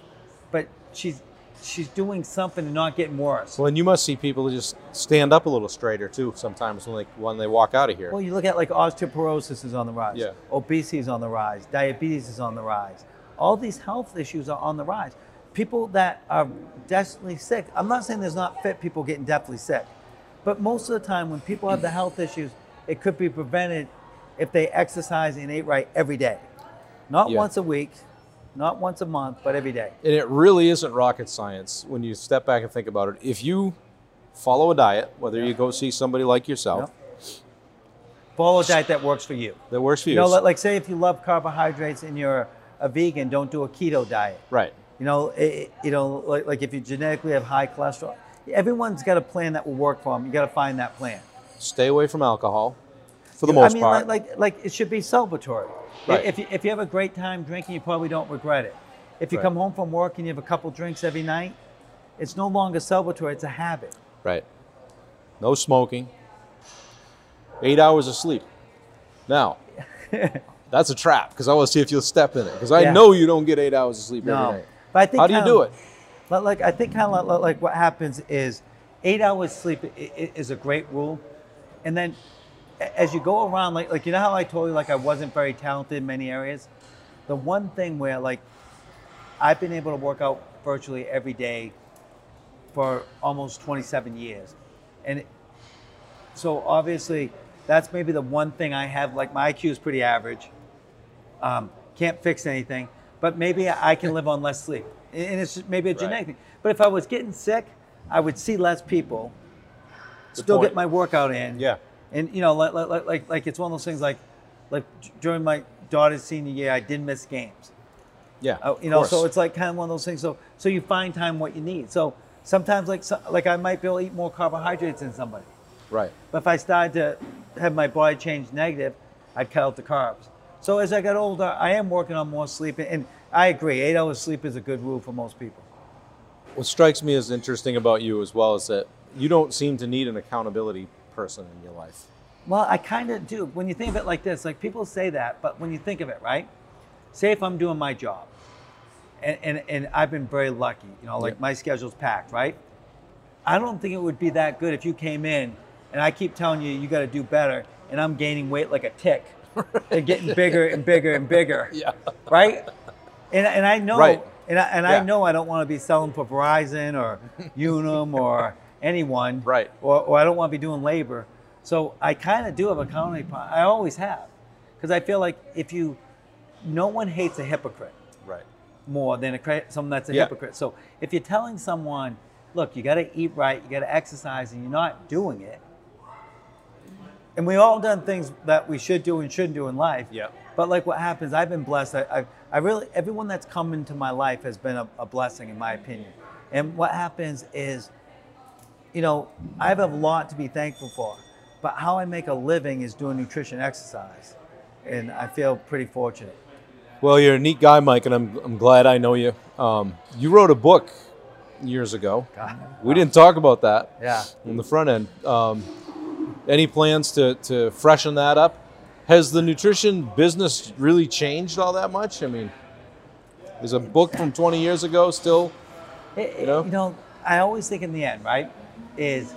but she's she's doing something and not getting worse. well, and you must see people who just stand up a little straighter too sometimes when they when they walk out of here. Well, you look at like osteoporosis is on the rise. Yeah. Obesity is on the rise. Diabetes is on the rise. All these health issues are on the rise. People that are deathly sick. I'm not saying there's not fit people getting deathly sick, but most of the time when people have the health issues, it could be prevented if they exercise and ate right every day, not Yeah. once a week, not once a month, but every day. and it really isn't rocket science when you step back and think about it. If you follow a diet, whether you go see somebody like yourself Follow a diet that works for you. that works for you, You know, it's- like like say if you love carbohydrates and you're a vegan, don't do a keto diet. right, You know, it- it, you know, like, like if you genetically have high cholesterol, everyone's got a plan that will work for them. You got to find that plan. stay away from alcohol for the most I mean, part. like, like like it should be celebratory. Right. If you, if you have a great time drinking, you probably don't regret it. If you Right. come home from work and you have a couple drinks every night, it's no longer celebratory. It's a habit. Right. No smoking. Eight hours of sleep. Now, that's a trap because I want to see if you'll step in it because I Yeah. know you don't get eight hours of sleep every No, night. but I think um, How do you kinda- do it? Like, like I think kind of like, like what happens is eight hours sleep i- i- is a great rule, and then a- as you go around, like like you know how I told you like I wasn't very talented in many areas. The one thing where like I've been able to work out virtually every day for almost 27 years. And it- so obviously, that's maybe the one thing I have. Like my IQ is pretty average. Um, can't fix anything, but maybe I can live on less sleep. And and it's just maybe a genetic Right. thing. But if I was getting sick, I would see less people, still point. get my workout in. Yeah. And you know, like like, like like it's one of those things. Like like during my daughter's senior year, I did miss games. Yeah. Oh, you of know, course. so it's like kind of one of those things. So, so you find time what you need. So sometimes, like, so, like I might be able to eat more carbohydrates than somebody, right. but if I started to have my body change negative, I'd cut out the carbs. So as I got older, I am working on more sleep, and- and I agree, eight hours sleep is a good rule for most people. What strikes me as interesting about you as well is that you don't seem to need an accountability person in your life. Well, I kind of do. When you think of it like this, like people say that, but when you think of it, right? Say if I'm doing my job, and and, and I've been very lucky, you know, like Yeah. my schedule's packed, right? I don't think it would be that good if you came in and I keep telling you you got to do better, and I'm gaining weight like a tick, and getting bigger and bigger and bigger, Yeah. right? And and I know, Right. and I, and Yeah. I know I don't want to be selling for Verizon or Unum or anyone, Right. or, or I don't want to be doing labor. So I kind of do have a comedy plan. I always have, because I feel like if you, no one hates a hypocrite Right. more than a cre- someone that's a Yeah. hypocrite. So if you're telling someone, look, you got to eat right, you got to exercise, and you're not doing it, and we all done things that we should do and shouldn't do in life. Yeah. But like what happens, I've been blessed. I, I, I really, everyone that's come into my life has been a, a blessing in my opinion. And what happens is, you know, I have a lot to be thankful for, but how I make a living is doing nutrition exercise. And I feel pretty fortunate. Well, you're a neat guy, Mike, and I'm, I'm glad I know you. Um, you wrote a book years ago. We didn't talk about that. Yeah. On the front end. Um, any plans to, to freshen that up? Has the nutrition business really changed all that much? I mean, is a book from 20 years ago still? It- You know? Eh, you know, I always think in the end, right, is,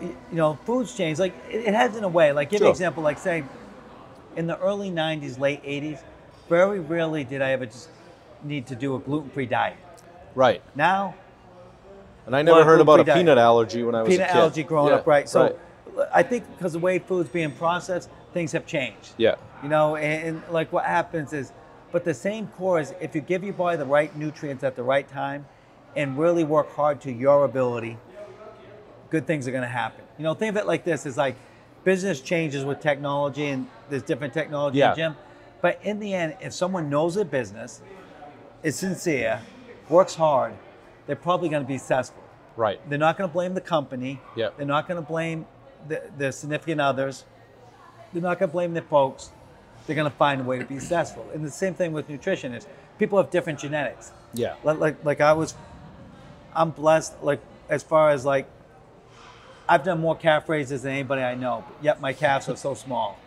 y- you know, foods change. Like, it, it has in a way. Like, give Sure. an example, like, say, in the early 90s, late 80s, very rarely did I ever just need to do a gluten free diet. Right. Now, And I never Well, heard about a gluten-free peanut allergy when I was a peanut kid. allergy growing Yeah, up, right? So, I think because the way food's being processed, things have changed. yeah. You know, and, and like what happens is, but the same core is if you give your body the right nutrients at the right time and really work hard to your ability, good things are going to happen. You know, think of it like this it's like business changes with technology and there's different technology Yeah. in gym. But in the end, if someone knows their business, is sincere, works hard, they're probably going to be successful. Right. They're not going to blame the company. Yeah. They're not going to blame the, their significant others. They're not going to blame their folks. They're going to find a way to be successful. And the same thing with nutrition is people have different genetics. Yeah. Like, like, like I was, I'm blessed. Like as far as like, I've done more calf raises than anybody I know. But yet my calves are so small.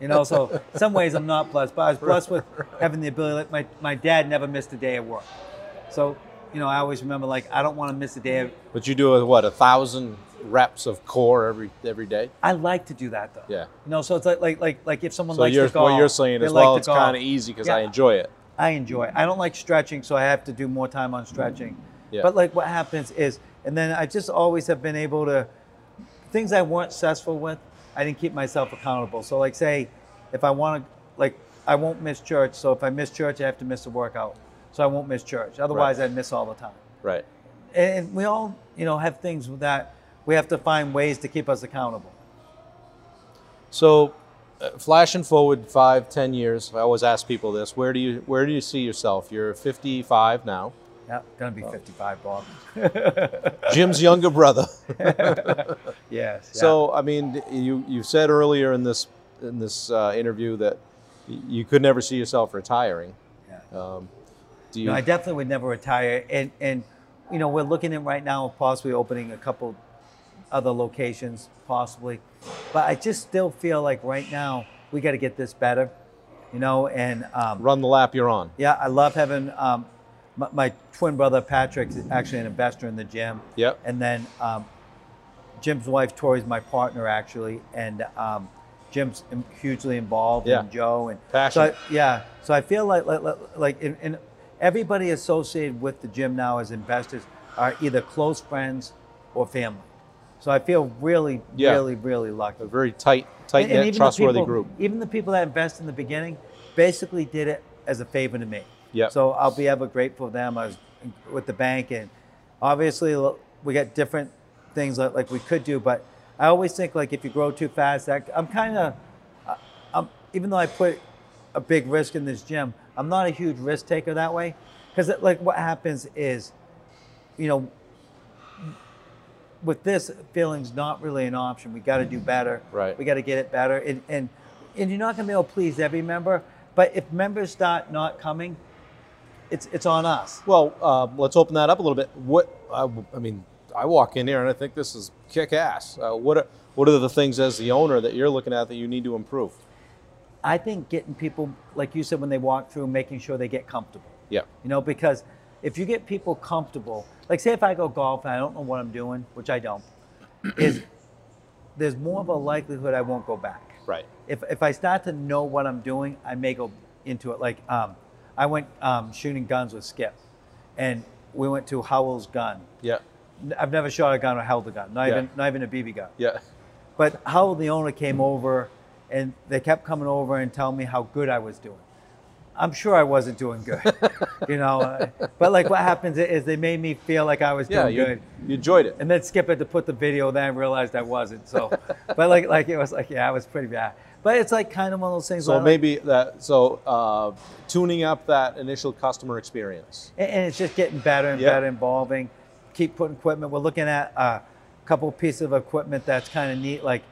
You know, so some ways I'm not blessed, but I was blessed with having the ability. Like my my dad never missed a day of work. So you know, I always remember like I don't want to miss a day of But you do a, what a thousand reps of core every every day. I like to do that though. Yeah. You know, so it's like like like like if someone So likes you're, to golf, what you're saying they is, like well, to it's golf. kind of easy because I Yeah. enjoy it. I enjoy. it. I don't like stretching, so I have to do more time on stretching. Yeah. But like what happens is, and then I just always have been able to things I weren't successful with. I didn't keep myself accountable. So like say, if I want to, like I won't miss church. So if I miss church, I have to miss a workout. So I won't miss church. Otherwise, I'd miss all the time. Right. And we all, you know, have things that we have to find ways to keep us accountable. So, uh, flashing forward five, ten years, I always ask people this: where do you where do you see yourself? You're 55 now. Yeah, gonna be 55, Bob. Jim's younger brother. Yes. yeah. So, I mean, you you said earlier in this in this uh, interview that y- you could never see yourself retiring. Yeah. Um, do you? No, I definitely would never retire. And and you know, we're looking at right now possibly opening a couple other locations, possibly. But I just still feel like right now we got to get this better, you know. And um, run the lap you're on. yeah, I love having um, my, my twin brother Patrick's actually an investor in the gym. Yep. And then um, Jim's wife Tori's my partner actually, and um, Jim's im- hugely involved. Yeah. And Joe and Passionate. So I, yeah. So I feel like like, like- like in, in everybody associated with the gym now as investors are either close friends or family. So I feel really, Yeah. really, really lucky. A very tight, tight And- and knit, even the trustworthy people- group. Even the people that invest in the beginning basically did it as a favor to me. Yep. So I'll be ever grateful to them. I was with the bank, and obviously lo- we got different things that like we could do, but I always think like if you grow too fast, that I'm kind of, I'm even though I put a big risk in this gym, I'm not a huge risk taker that way, because like what happens is, you know, with this feeling's not really an option. We got to do better. Right. We got to get it better. And and and you're not going to be able to please every member. But if members start not coming, it's it's on us. Well, uh, let's open that up a little bit. What I, I mean, I walk in here and I think this is kick ass. Uh, what are what are the things as the owner that you're looking at that you need to improve? I think getting people, like you said, when they walk through, making sure they get comfortable. Yeah, You know, because if you get people comfortable, like say if I go golf and I don't know what I'm doing, which I don't, is there's more of a likelihood I won't go back. right. If, if I start to know what I'm doing, I may go into it. Like um, I went um, shooting guns with Skip, and we went to Howell's gun. Yeah, N- I've never shot a gun or held a gun, not Yeah. even not even a BB gun. yeah, But how the owner came over and they kept coming over and telling me how good I was doing. I'm sure I wasn't doing good, you know. uh, But like what happens is they made me feel like I was yeah. doing You, good. you enjoyed it. And then Skip had to put the video, then I realized I wasn't. So, but like, like it was like, yeah, I was pretty bad. But it's like kind of one of those things. So where I like- maybe that. So uh, tuning up that initial customer experience. and, and it's just getting better and Yeah. better, involving. Keep putting equipment. We're looking at a couple pieces of equipment that's kind of neat. Like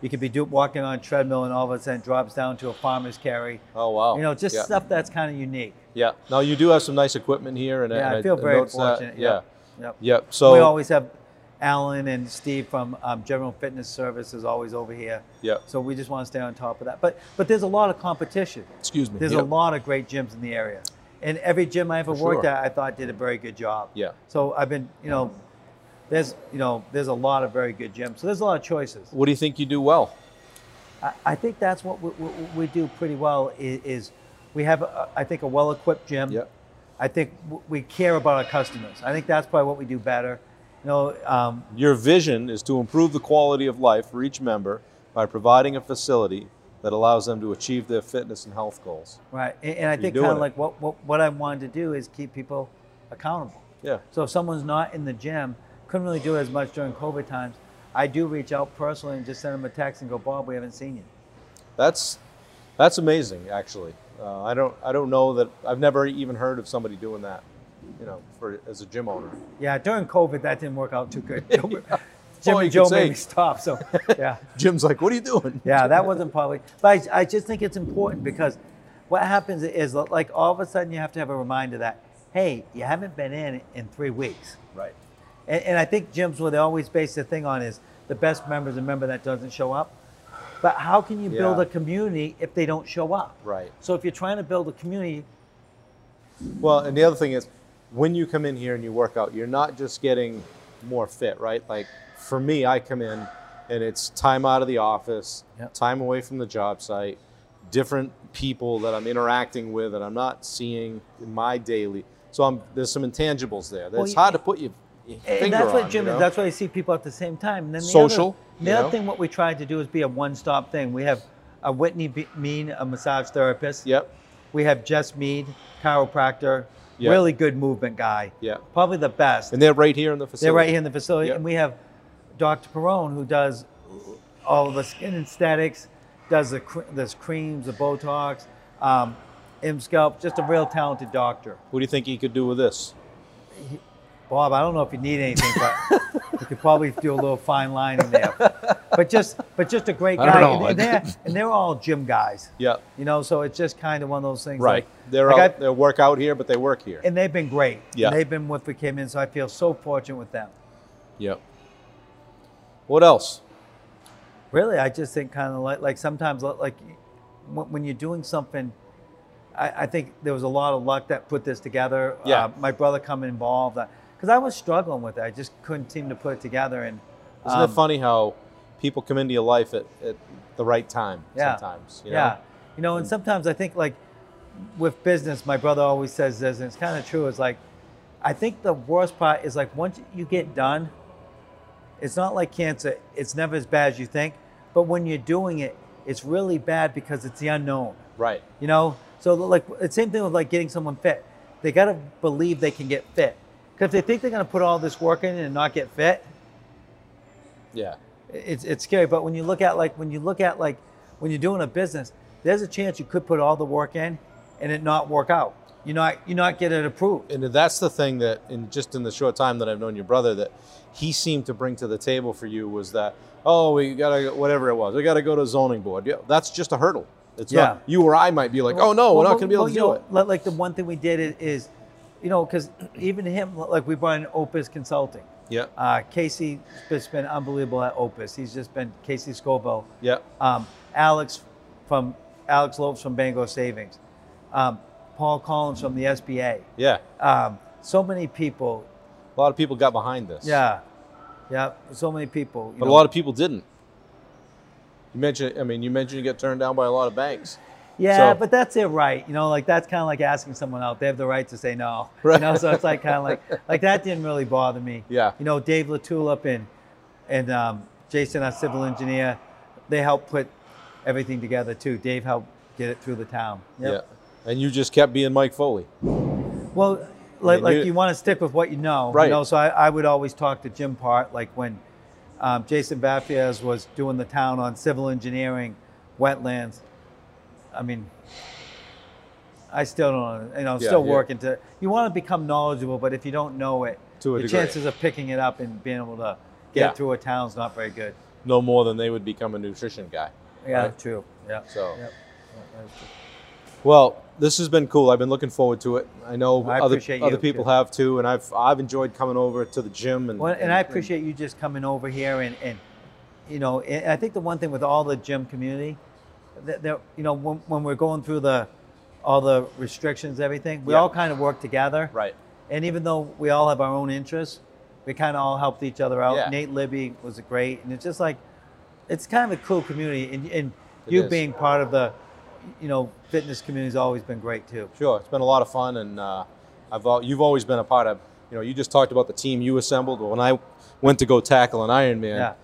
you could be do, walking on a treadmill, and all of a sudden it drops down to a farmer's carry. Oh wow. You know, just yeah. stuff that's kind of unique. Yeah. Now you do have some nice equipment here, and, Yeah, and I feel very noticed that. fortunate. Yeah. Yep. Yep. Yep. So we always have Alan and Steve from um, General Fitness Services always over here. Yep. So we just want to stay on top of that. But but there's a lot of competition. excuse me. There's Yep. a lot of great gyms in the area, and every gym I ever For worked sure. at, I thought did a very good job. Yeah. So I've been, you know, there's you know there's a lot of very good gyms. So there's a lot of choices. What do you think you do well? I, I think that's what we, we, we do pretty well is, is we have a, I think a well-equipped gym. Yep. I think w- we care about our customers. I think that's probably what we do better. You know, um, Your vision is to improve the quality of life for each member by providing a facility that allows them to achieve their fitness and health goals. right? And, and I think doing kind of it. like what, what what I wanted to do is keep people accountable. Yeah. So if someone's not in the gym, couldn't really do it as much during COVID times, I do reach out personally and just send them a text and go, Bob, we haven't seen you. That's that's amazing actually. Uh, I don't I don't know that I've never even heard of somebody doing that, you know, for as a gym owner. Yeah, during COVID, that didn't work out too good. Jim Well, you and could Joe say- made me stop. So, yeah. Jim's like, "What are you doing?" Yeah, that wasn't probably. But I, I just think it's important because what happens is like all of a sudden you have to have a reminder that, hey, you haven't been in in three weeks. Right. And, and I think gyms, what they always base the thing on is the best member is a member that doesn't show up. But how can you build Yeah. a community if they don't show up? Right. So if you're trying to build a community, Well, and the other thing is, when you come in here and you work out, you're not just getting more fit, right? Like for me, I come in and it's time out of the office, Yep. time away from the job site, different people that I'm interacting with that I'm not seeing in my daily. So I'm, there's some intangibles there. That Well, it's you- hard to put your, your finger and that's on. what Jim you know? is. That's why you see people at the same time. And then the Social, Other, the you other know? thing, what we tried to do is be a one-stop thing. We have a Whitney Be- Mean, a massage therapist. Yep. We have Jess Mead, chiropractor, Yeah. really good movement guy. Yeah. Probably the best. And they're right here in the facility. They're right here in the facility. Yeah. And we have Dr. Perone, who does all the skin aesthetics, does the, cre- the creams, the Botox, um, M Scalp, just a real talented doctor. What do you think he could do with this? Bob, I don't know if you need anything, but you could probably do a little fine line in there. But just, but just a great I guy. don't know. And, they're, and they're all gym guys, Yeah. you know. So it's just kind of one of those things. Right. like- They're like out, I- they work out here, but they work here. and they've been great. Yeah. And they've been with the Kim, and so I feel so fortunate with them. Yep. What else? Really, I just think kind of like, like sometimes li- like when when you're doing something, I, I think there was a lot of luck that put this together. Uh, Yeah. my brother coming involved because I was struggling with it. I just couldn't seem to put it together, and Isn't um, it funny how people come into your life at, at the right time Yeah. sometimes? You know? Hmm. yeah, you know, and sometimes I think like with business, my brother always says this, and it's kind of true. It's like, I think the worst part is like once you get done, it's not like cancer. It's never as bad as you think. But when you're doing it, it's really bad because it's the unknown. Right. You know, so like it's same thing with like getting someone fit. They gotta believe they can get fit. Because if they think they're gonna put all this work in and not get fit, Yeah. it's it's scary. But when you look at like when you look at like when you're doing a business, there's a chance you could put all the work in and it not work out. You not you not get it approved. And that's the thing that, in just in the short time that I've known your brother, that he seemed to bring to the table for you was that, oh, we got to, whatever it was, we got to go to zoning board. Yeah, that's just a hurdle. It's Yeah. not, you or I might be like, oh, no, we're not going to be able to you do know, it. li- Like the one thing we did i- is, you know, because even him, like we brought in Opus Consulting. Yeah. Uh, Casey's just been unbelievable at Opus. He's just been Casey Scoville. Yeah. um, Alex from Alex Lopes from Bangor Savings, um, Paul Collins from the SBA. Yeah. Um, so many people. A lot of people got behind this. Yeah, yeah. So many people. you But a know. lot of people didn't. You mentioned, I mean, you mentioned you got turned down by a lot of banks. Yeah, so- but that's their right. You know, like that's kind of like asking someone out. They have the right to say no. Right. You know, so it's like kind of like like that didn't really bother me. Yeah. You know, Dave LaTulip and and um, Jason, our civil engineer, they helped put everything together too. Dave helped get it through the town. Yep. Yeah. And you just kept being Mike Foley. Well, like, mean, like you- you, want to stick with what you know, Right. You know, so I, I would always talk to Jim Part, like when um, Jason Bafias was doing the town on civil engineering, wetlands. I mean, I still don't, you know, I'm Yeah, still yeah. working to. You want to become knowledgeable, but if you don't know it, To a the degree. chances of picking it up and being able to get Yeah. through a town's not very good. No more than they would become a nutrition guy. Yeah, Right. true. Yeah. So. Yep. Well, this has been cool. I've been looking forward to it. I know I other appreciate other you, people too. have too, and I've I've enjoyed coming over to the gym and Well, and I appreciate you just coming over here and, and you know, and I think the one thing with all the gym community, that, that you know, when, when we're going through the all the restrictions, everything, we Yeah. all kind of work together. right. And even though we all have our own interests, we kind of all helped each other out. Yeah. Nate Libby was great, and it's just like, it's kind of a cool community, and, and It you is. being part of the, you know, fitness community has always been great too. Sure, it's been a lot of fun, and uh, I've al- you've always been a part of. You know, you just talked about the team you assembled. But when I went to go tackle an Ironman, Yeah.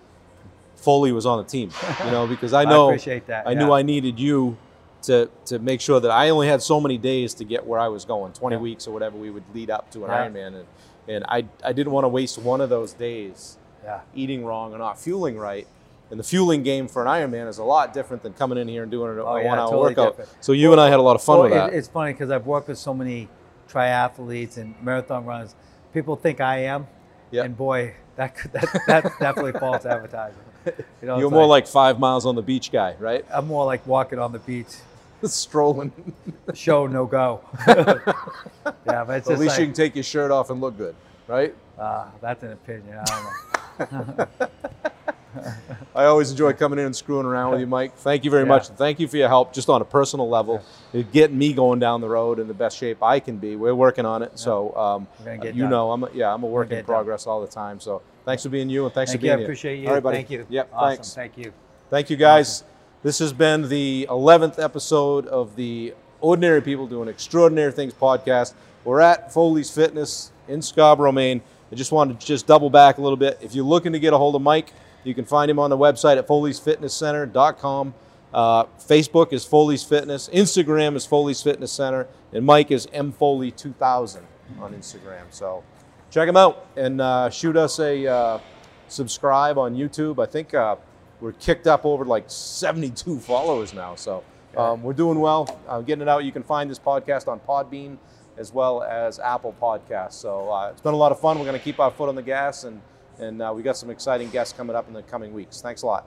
Foley was on the team. You know, because I I know appreciate that, I yeah. knew I needed you to to make sure that I only had so many days to get where I was going, 20 Yeah. weeks or whatever we would lead up to an Yeah. Ironman, and and I I didn't want to waste one of those days Yeah. eating wrong or not fueling right. And the fueling game for an Ironman is a lot different than coming in here and doing a, Oh, yeah, one hour totally workout. different. So you and I had a lot of fun with Well, it- that. It's funny because I've worked with so many triathletes and marathon runners. People think I am, Yeah. and boy, that could, that that's definitely false advertising. You know, You're it's more like five miles on the beach guy, right? I'm more like walking on the beach, Strolling. show no go. yeah, but it's At just least you like, can take your shirt off and look good, right? ah, that's an opinion. I don't know. I always enjoy coming in and screwing around with you, Mike. Thank you very Yeah. much. Thank you for your help, just on a personal level. You're getting me going down the road in the best shape I can be. We're working on it, so um, We're gonna get you done. know, I'm a, yeah, I'm a work get in done. progress all the time. So thanks for being you, and thanks Thank for you. I being appreciate you. All right, buddy. Thank you. Yep. Awesome. Thanks. Thank you. Thank you guys. This has been the 11th episode of the Ordinary People Doing Extraordinary Things podcast. We're at Foley's Fitness in Scarborough, Maine. I just wanted to just double back a little bit. If you're looking to get a hold of Mike, you can find him on the website at foleysfitnesscenter.com. Uh, Facebook is Foley's Fitness. Instagram is Foley's Fitness Center. And Mike is mfoley2000 on Instagram. So check him out and uh, shoot us a uh, subscribe on YouTube. I think uh, we're kicked up over like 72 followers now. So um, we're doing well. Uh, getting it out. You can find this podcast on Podbean as well as Apple Podcasts. So uh, it's been a lot of fun. We're going to keep our foot on the gas and, and uh, we got some exciting guests coming up in the coming weeks. Thanks a lot.